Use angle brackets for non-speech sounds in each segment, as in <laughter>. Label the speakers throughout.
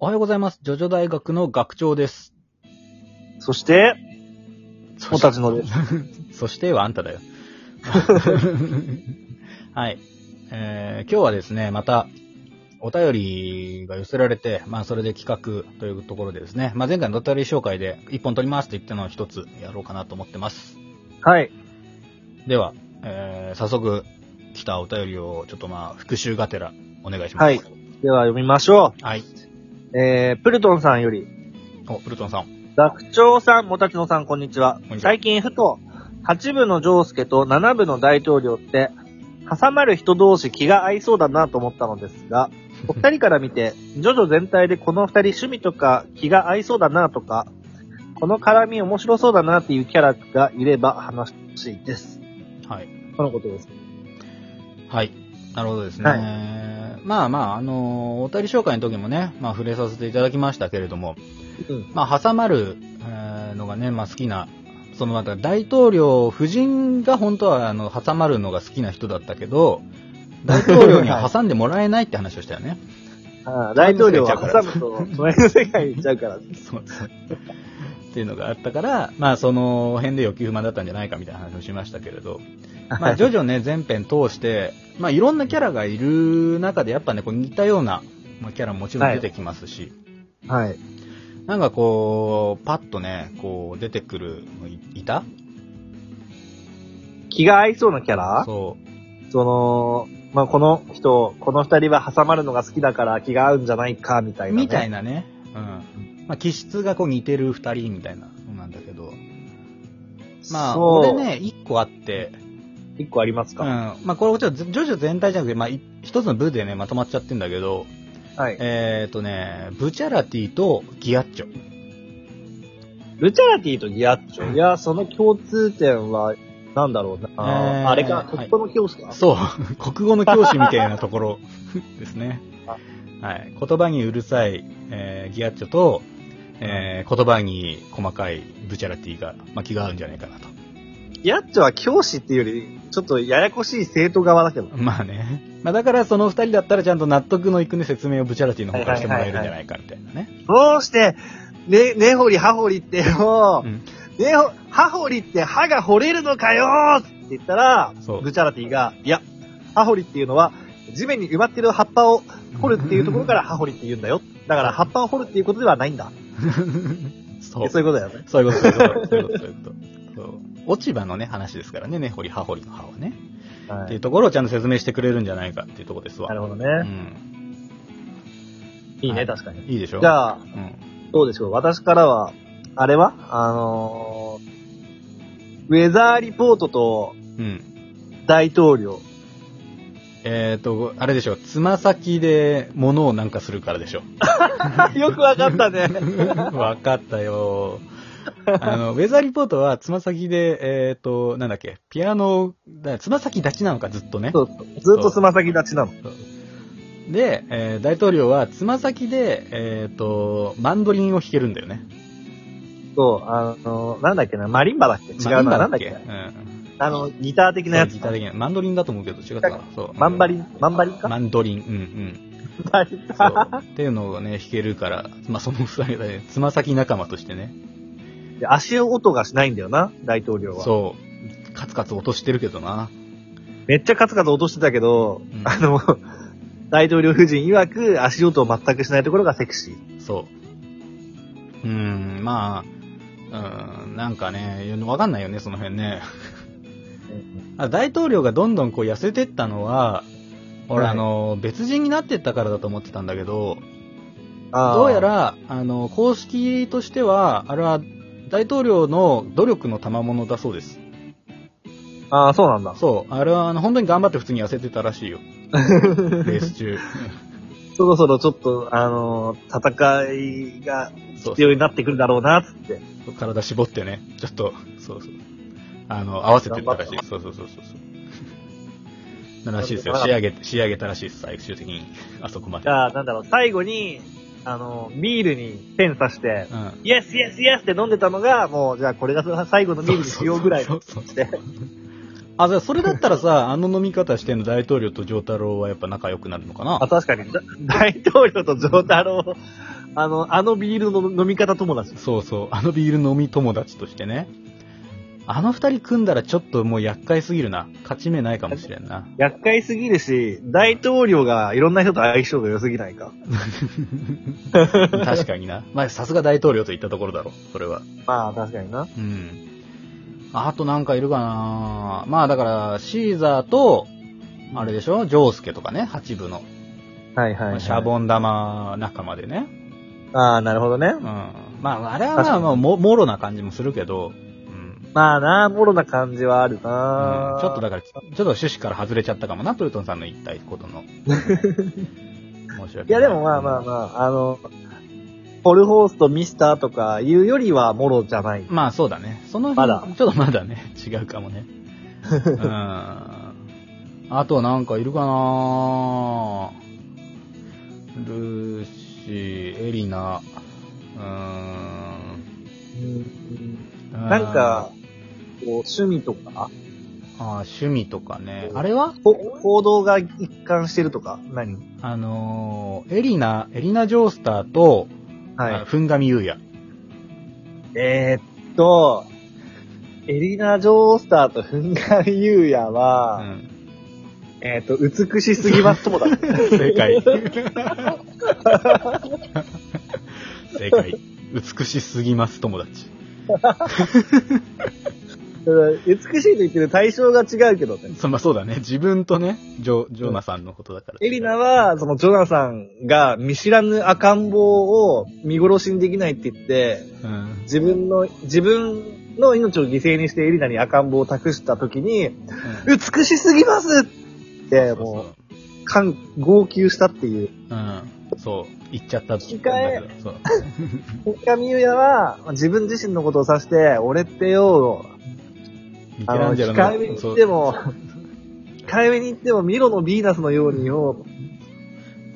Speaker 1: おはようございます。ジョジョ大学の学長です。
Speaker 2: そして、
Speaker 1: そ
Speaker 2: おたちのです。
Speaker 1: そしてはあんただ
Speaker 2: <laughs>
Speaker 1: よ。はい。えー今日はですね、また、お便りが寄せられて、まあ、それで企画というところでですね、まあ、前回のお便り紹介で、一本取りますって言ったのを一つやろうかなと思ってます。
Speaker 2: はい。
Speaker 1: では、えー早速、来たお便りを、ちょっとまあ、復習がてら、お願いします。
Speaker 2: はい。では読みましょ
Speaker 1: はい。
Speaker 2: う。えー、プルトンさんより、
Speaker 1: お、プルトンさん。
Speaker 2: 学長さん、もたちのさん、こんにちは
Speaker 1: んに。ちは
Speaker 2: 最近、ふと、8部のジョースケと7部の大統領って、挟まる人同士気が合いそうだなと思ったのですが、お二人から見て、ジョジョ全体でこの二人趣味とか気が合いそうだなとか、この絡み面白そうだなっていうキャラがいれば話しいです。
Speaker 1: はい。
Speaker 2: とのことです。
Speaker 1: はい。なるほどですね。
Speaker 2: はい
Speaker 1: まあまあ、あのーお便り紹介の時もね、まあ触れさせていただきましたけれども、
Speaker 2: うん。
Speaker 1: まあ挟まる、えーのがね、まあ好きな、そのまた大統領夫人が本当はあの挟まるのが好きな人だったけど、大統領には挟んでもらえないって話をしたよね。
Speaker 2: ああ大統領は挟む <laughs> と、隣の世界に行っちゃうから。
Speaker 1: そう <laughs> そう。っていうのがあったから、まあその辺で欲求不満だったんじゃないかみたいな話をしましたけれど、
Speaker 2: <laughs>
Speaker 1: まあ徐々ね、全編通して、まあいろんなキャラがいる中でやっぱね、こう似たようなまあキャラももちろん出てきますし、
Speaker 2: はい。
Speaker 1: なんかこう、パッとね、こう出てくる、いいた
Speaker 2: 気が合いそうなキャラ
Speaker 1: そ
Speaker 2: その、まあ、この人、この二人は挟まるのが好きだから気が合うんじゃないか、みた
Speaker 1: う、
Speaker 2: いな、ね。
Speaker 1: みたいなね、うん。まあ気質がこう似てる二人みたいなのなんだけど、まあ
Speaker 2: そう
Speaker 1: 俺。ね、一個あって、
Speaker 2: 一個あります
Speaker 1: うん。
Speaker 2: か、
Speaker 1: まあこれちょっと徐々全体じゃなくて、まあい一つの部でね、まとまっちゃってんだけど、
Speaker 2: はい。
Speaker 1: えっ、ー、とね、ブチャラティとギアッチョ。
Speaker 2: ルチャラティとギアッチョ。いや、その共通点は、なんだろうな。
Speaker 1: えー
Speaker 2: あれか、
Speaker 1: はい
Speaker 2: 国語の教師か、
Speaker 1: そう、国語の教師みたいなとこ
Speaker 2: <laughs>
Speaker 1: ろですね。はい、言葉にうるさい、えーギアッチョと、えー言葉に細かいブチャラティが、まあ、気が合うんじゃないかなと。
Speaker 2: ギアッチョは教師っていうより、ちょっとややこしい生徒側だけど。
Speaker 1: まあね。まあだからその二人だったらちゃんと納得のいくね説明をブチャラティの方からしてもらえるんじゃないかみたいなね。
Speaker 2: どうして、ね、ねほりはほりってもう、
Speaker 1: うん
Speaker 2: ねほ、歯掘りって歯が掘れるのかよーって言ったら
Speaker 1: そう、
Speaker 2: ブチャラティが、いや、歯掘りっていうのは、地面に埋まってる葉っぱを掘るっていうところから歯掘りって言うんだよ。だから葉っぱを掘るっていうことではないんだ。
Speaker 1: そう。
Speaker 2: そういうことだよね。
Speaker 1: そういうこと、そういうこと、そういうこと。そう落ち葉のね、話ですからね、根掘り葉掘りの葉はね。っ
Speaker 2: は
Speaker 1: ていう
Speaker 2: い、
Speaker 1: ところをちゃんと説明してくれるんじゃないかっていうところですわ。
Speaker 2: なるほどね。
Speaker 1: うん。
Speaker 2: いい
Speaker 1: は
Speaker 2: ね、
Speaker 1: い
Speaker 2: 確かに。
Speaker 1: いいでしょ
Speaker 2: じ
Speaker 1: あ、
Speaker 2: ゃあ
Speaker 1: う、ん。
Speaker 2: どうでしょう。私からは、あれはあのー、ウェザーリポートと
Speaker 1: うん。
Speaker 2: 大統領。 <laughs>
Speaker 1: えっ、と、あれでしょ、つま先で物をなんかするからでしょ。
Speaker 2: よくわかったね。 <laughs>
Speaker 1: わかったよ。あの、ウェザーリポートはつま先で、えっ、と、なんだっけ、ピアノ、だつま先立ちなのか、ずっとね。
Speaker 2: そうそうずっとつま先立ちなの。
Speaker 1: で、えー大統領はつま先で、えっ、と、マンドリンを弾けるんだよね。
Speaker 2: そう、あのー、なんだっけな、マリンバだっけ違うな、なんだっけ
Speaker 1: うん。
Speaker 2: あの、ギター的なやつ
Speaker 1: ギ。ター的な。マンドリンだと思うけど、違ったかな。そう。
Speaker 2: マンバリン、マンバリンか
Speaker 1: マンドリン。うんうん。
Speaker 2: バリン
Speaker 1: そう。っていうのをね、弾けるから、まあ、その二人で、ね、つま先仲間としてね。
Speaker 2: で足音がしないんだよな、大統領は。
Speaker 1: そう。カツカツ落としてるけどな。
Speaker 2: めっちゃカツカツ落としてたけど、
Speaker 1: うん
Speaker 2: あの、大統領夫人曰く足音を全くしないところがセクシー。
Speaker 1: そう。うーん、まあ、うーん、なんかね、わかんないよね、その辺ね。あ大統領がどんどんこう痩せてったのは、俺、
Speaker 2: はい
Speaker 1: あの、別人になってったからだと思ってたんだけど、
Speaker 2: あー
Speaker 1: どうや、ら、あの、公式としては、あれは、大統領の努力の賜物だそうです。
Speaker 2: ああ、そうなんだ。 <laughs>
Speaker 1: そう。あれは、あの、本当に頑張って普通に痩せてたらしいよ。レース中。
Speaker 2: そろそろちょっと、あのー、戦いが
Speaker 1: そう
Speaker 2: 必要になってくるだろうな、つって。
Speaker 1: 体絞ってね、ちょっと、そうそう。あの、合わせてったらしい。そうそうそうそうそう。ならしいですよ。仕上げ、仕上げたらしいです。最終的に。あそこま
Speaker 2: じ
Speaker 1: で。
Speaker 2: ゃあ、なんだろう、最後に、あのー、ビールにペン刺して、
Speaker 1: うん。
Speaker 2: イエスイエスイエスって飲んでたのが、もう、じゃあこれが最後のビールにしようぐらい
Speaker 1: そ
Speaker 2: の
Speaker 1: うそう
Speaker 2: して。
Speaker 1: あ、じゃあそれだったらさ、あの飲み方してんの大統
Speaker 2: <laughs>
Speaker 1: 領と上太郎はやっぱ仲良くなるのかな
Speaker 2: あ、確かに、だ大統領と上太郎、あの、あのビールの飲み方友達。
Speaker 1: そうそう、あのビール飲み友達としてね。あの二人組んだらちょっともう厄介すぎるな。勝ち目ないかもしれんな。
Speaker 2: 厄介すぎるし、大統領がいろんな人と相性が良すぎないか。
Speaker 1: 確かにな。まあ、さすが大統領といったところだろう。それは。
Speaker 2: まあ、確かにな。
Speaker 1: うん。あとなんかいるかなまあだから、シーザーと、あれでしょジョースケとかね、八部の。
Speaker 2: はいはい、はい。
Speaker 1: シャボン玉仲間でね。
Speaker 2: ああ、なるほどね
Speaker 1: うん。。まあ、あれはまあ、まあ、も、もろな感じもするけど、うん。
Speaker 2: まあな、ボロな感じはある
Speaker 1: う、、
Speaker 2: なん
Speaker 1: ちょっとだから、ちょっと趣旨から外れちゃったかもな、プルトンさんの言いたいこと
Speaker 2: <laughs>
Speaker 1: の。申し訳ない。
Speaker 2: いやでもまあまあまあ、あの、ポルホースとミスターとかいうよりはモロじゃない。
Speaker 1: まあそうだね。その辺、
Speaker 2: まだ
Speaker 1: ちょっとまだね、 <laughs> 違うかもね。うん。あとなんかいるかなルーシー、エリナ、うーん。
Speaker 2: なんか、こう趣味とか、
Speaker 1: あー、趣味とかね。あれは
Speaker 2: こ行動が一貫してるとか、何
Speaker 1: あのーエリナ、エリナ・ジョースターと、
Speaker 2: はい。
Speaker 1: ふんがみゆうや。
Speaker 2: えーっと、エリナ・ジョースターとフンガリ・ユーヤ
Speaker 1: う
Speaker 2: は、
Speaker 1: ん。
Speaker 2: えーっと、美しすぎます友達。
Speaker 1: 正解。正解。美しすぎます、友達。
Speaker 2: <laughs> 美しいと言ってる対象が違うけどね。
Speaker 1: <laughs> そまあ、そうだね。自分とね、ジョ、ジョナさんのことだから。
Speaker 2: エリナは、そのジョナサンが見知らぬ赤ん坊を見殺しにできないって言って、
Speaker 1: うん。
Speaker 2: 自分の、自分の命を犠牲にしてエリナに赤ん坊を託した時に、美しすぎますって、
Speaker 1: そうそ
Speaker 2: も
Speaker 1: う。
Speaker 2: う、感、号泣したっていう。
Speaker 1: うん。そう。言っちゃったんだけ
Speaker 2: 引き換
Speaker 1: ど。そう。
Speaker 2: 三上優也は、自分自身のことを指して、俺ってよ、
Speaker 1: ミケ
Speaker 2: あ
Speaker 1: ラ
Speaker 2: の、
Speaker 1: ンジェロ
Speaker 2: 控えめ
Speaker 1: の、
Speaker 2: に
Speaker 1: そう
Speaker 2: 言っても、控えめに言っても、ミロのヴィーナスのようによ、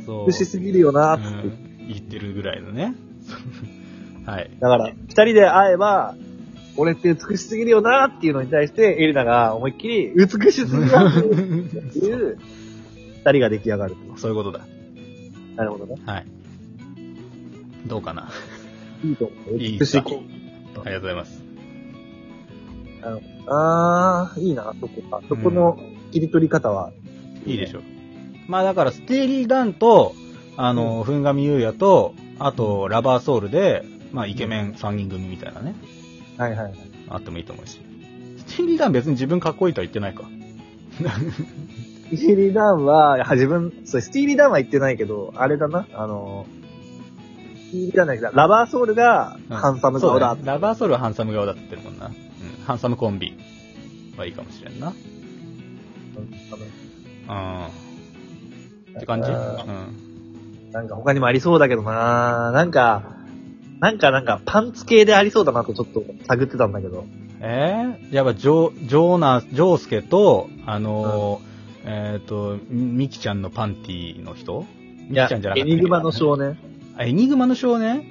Speaker 1: そう。
Speaker 2: 美しすぎるよな、
Speaker 1: う
Speaker 2: つって。
Speaker 1: ん言ってるぐらいのね。 <laughs> そうはい。
Speaker 2: だから、二人で会えば、俺って美しすぎるよなっていうのに対して、エリナが思いっきり、美しすぎますっていう、二人が出来上がる。
Speaker 1: そういうことだ。
Speaker 2: なるほどね。
Speaker 1: はい。どうかな。
Speaker 2: いいと思う。
Speaker 1: いい
Speaker 2: 美しい。
Speaker 1: ありがとうございます。
Speaker 2: あー、いいな、そこか。そこの切り取り方は。
Speaker 1: いいでしょう。まあだから、ステーリーダンと、あの、ふんがみゆうやと、あと、ラバーソウルで、まあ、イケメン3人組みたいなね。
Speaker 2: はいはいはい。
Speaker 1: あってもいいと思うし。スティーリーダン別に自分かっこいいとは言ってないか。
Speaker 2: スティーリー・ダンは、いや自分、そう、スティーリー・ダンは言ってないけど、あれだな、あの、スティーリー・ダンだけど、ラバーソウルが
Speaker 1: うん
Speaker 2: ハンサム顔だ。
Speaker 1: そうねラバーソウルはハンサム顔だって言ってるもんな。うん。ハンサムコンビはいいかもしれんな。うん。って感じう
Speaker 2: あー
Speaker 1: ん。
Speaker 2: なんか他にもありそうだけどななんか、なんかなんかパンツ系でありそうだなとちょっと探ってたんだけど。
Speaker 1: えー、やっぱジョ、ジョーナ、ジョースケと、あのーえっ、と、ミキちゃんのパンティの人ミ
Speaker 2: い
Speaker 1: キ
Speaker 2: や
Speaker 1: ちゃんじゃな、か
Speaker 2: エ
Speaker 1: ったっけ
Speaker 2: ニグマの少年。
Speaker 1: あエニグマの少年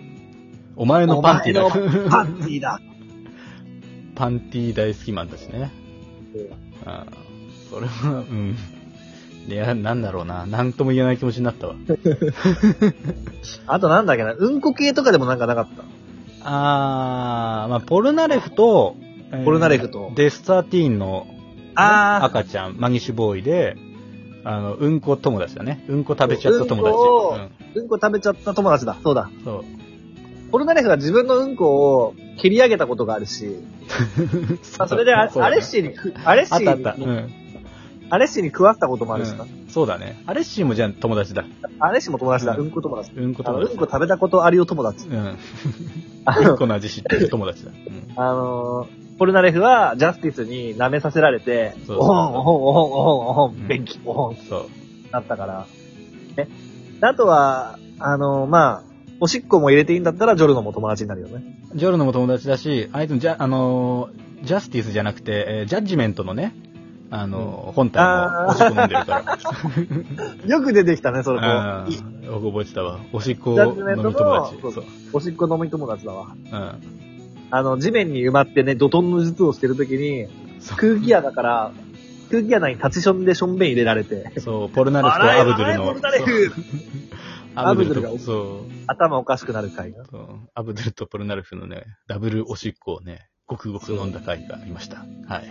Speaker 1: お前のパンティ
Speaker 2: お前のパ
Speaker 1: だ。
Speaker 2: ンティだ。
Speaker 1: <laughs> パンティ大好きマンだしね。ああ、それは、うん。いや、なんだろうな。なんとも言えない気持ちになったわ。
Speaker 2: あとなんだっけな、うんこ系とかでもなんかなかった。
Speaker 1: あー、まあ、ポルナレフと、えー
Speaker 2: ポルナレフと
Speaker 1: デスターティーンの
Speaker 2: あ
Speaker 1: 赤ちゃん、マギシュボーイで、あの、うんこ友達だね。うんこ食べちゃった友
Speaker 2: うんこを
Speaker 1: 達。
Speaker 2: ー、うんこ食べちゃった友達だ。そうだ。
Speaker 1: うん、そう。
Speaker 2: ポルナレフが自分のうんこを蹴り上げたことがあるし、
Speaker 1: <laughs>
Speaker 2: まあ、それであ
Speaker 1: そうだ
Speaker 2: ア
Speaker 1: ね
Speaker 2: レッシーにく、アレッシ
Speaker 1: あったあ
Speaker 2: ー
Speaker 1: った。う
Speaker 2: に、
Speaker 1: ん。
Speaker 2: アレッシーに食わせたこともあるしな。
Speaker 1: うんそうだね。アレッシーもじゃあ友達だ。
Speaker 2: アレッシーも友達だ。
Speaker 1: う
Speaker 2: うんんこ友達。
Speaker 1: うんこ
Speaker 2: あの、
Speaker 1: 友
Speaker 2: うん
Speaker 1: 達
Speaker 2: こ。食べたことあるよ友達。
Speaker 1: うん。 <laughs>
Speaker 2: あ
Speaker 1: うん
Speaker 2: の、
Speaker 1: この味知ってる友達だ。うん
Speaker 2: あのーポルナレフはジャスティスに舐めさせられて、
Speaker 1: そ
Speaker 2: お
Speaker 1: う
Speaker 2: ほん、おほん、おほん、おほん、おほ
Speaker 1: うん
Speaker 2: ん、便器、おほん、
Speaker 1: そう。
Speaker 2: なったから。ね。あとは、あのーまあ、おしっこも入れていいんだったらジョルノも友達になるよね。
Speaker 1: ジョルノも友達だし、あいつもジャ、あのージャスティスじゃなくて、えージャッジメントのね、あのー本体の
Speaker 2: あー
Speaker 1: おしっこ飲んでるから。
Speaker 2: よく出てきたね、 <laughs> それ
Speaker 1: あ
Speaker 2: も。
Speaker 1: ーよく覚えてたわ。おしっこ
Speaker 2: ジャッジメン
Speaker 1: 飲
Speaker 2: ト
Speaker 1: み
Speaker 2: の
Speaker 1: 友達。そ
Speaker 2: そうう。おしっこ飲み友達だわ。
Speaker 1: うん。
Speaker 2: あの、地面に埋まってね、怒涛の術をしてるときに、空気穴から、空気穴にタチションでションベン入れられて、
Speaker 1: そう、ポルナレフとアブドゥルの。
Speaker 2: 洗え洗えポルナレフ
Speaker 1: そう
Speaker 2: アブドゥル
Speaker 1: と、
Speaker 2: が
Speaker 1: そう。
Speaker 2: 頭おかしくなる回が。
Speaker 1: そうアブドゥルとポルナルフのね、ダブルおしっこをね、ごくごく飲んだ回がありました。
Speaker 2: <laughs>
Speaker 1: はい。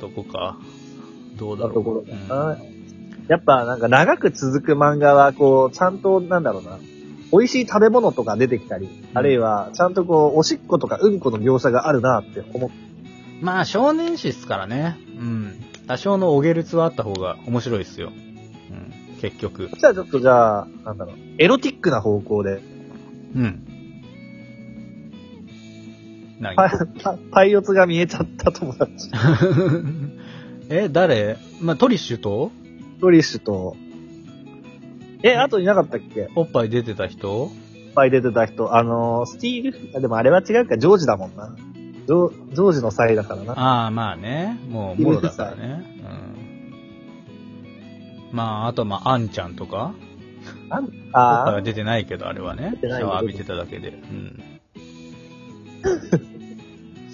Speaker 1: どこか、どうだ
Speaker 2: な
Speaker 1: ろう。
Speaker 2: ところだ
Speaker 1: うん
Speaker 2: な。やっぱなんか長く続く漫画は、こう、ちゃんと、なんだろうな、美味しい食べ物とか出てきたり、あるいは、ちゃんとこう、おしっことかうんことの描写があるなって思っ
Speaker 1: まあ、少年誌っすからね。うん。多少のおげるつはあった方が面白いっすよ。うん。結局。
Speaker 2: じゃあちょっとじゃあ、なんだろう、エロティックな方向で、
Speaker 1: うん。何
Speaker 2: パイ、パパイオツが見えちゃった友達。
Speaker 1: <laughs> え、誰まあ、トリッシュと
Speaker 2: ドリッシュと、え、あといなかったっけ
Speaker 1: おっぱい出てた人
Speaker 2: いっぱい出てた人。あのー、スティール、あでもあれは違うか、ジョージだもんな。ジョジョージの際だからな。
Speaker 1: ああ、まあね。もう、もろだからね。うん。まあ、あと、まあ、あんちゃんとか。
Speaker 2: なん
Speaker 1: おっぱい
Speaker 2: あ
Speaker 1: は出てないけど、あれはね。シ
Speaker 2: 出て
Speaker 1: ャ
Speaker 2: ないけど
Speaker 1: ワー浴びてただけで。
Speaker 2: <laughs>
Speaker 1: うん。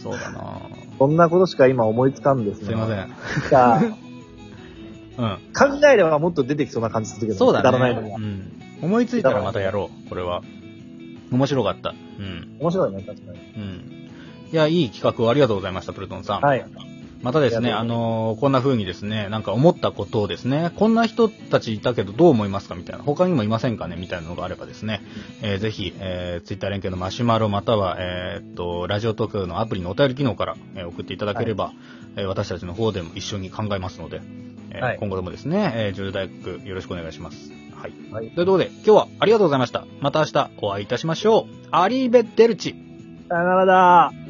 Speaker 1: そうだな
Speaker 2: ーそんなことしか今思いつかんですね。
Speaker 1: すいません。
Speaker 2: じゃあ。
Speaker 1: うん。
Speaker 2: 考えればもっと出てきそうな感じするけど、
Speaker 1: そうだね。
Speaker 2: くだらないの
Speaker 1: う
Speaker 2: が。
Speaker 1: ん。思いついたらまたやろう、これは。面白かった。うん。
Speaker 2: 面白いね、確かに。
Speaker 1: うん。いや、いい企画をありがとうございました、プルトンさん。
Speaker 2: はい。
Speaker 1: またですね、あ
Speaker 2: ありが
Speaker 1: のーこんな風にですね、なんか思ったことをですね、こんな人たちいたけどどう思いますかみたいな、他にもいませんかねみたいなのがあればですね、えーぜひ、えー、ツイッター連携のマシュマロまたは、えーっと、ラジオトークのアプリのお便り機能から、えー送っていただければ、えー私たちの方でも一緒に考えますので、えー
Speaker 2: はい
Speaker 1: 今後ともですね、えー、ジョル大学よろしくお願いします。はい。
Speaker 2: はい
Speaker 1: ということで、今日はありがとうございました。また明日お会いいたしましょう。アリーベ・デルチ。
Speaker 2: さよならだー。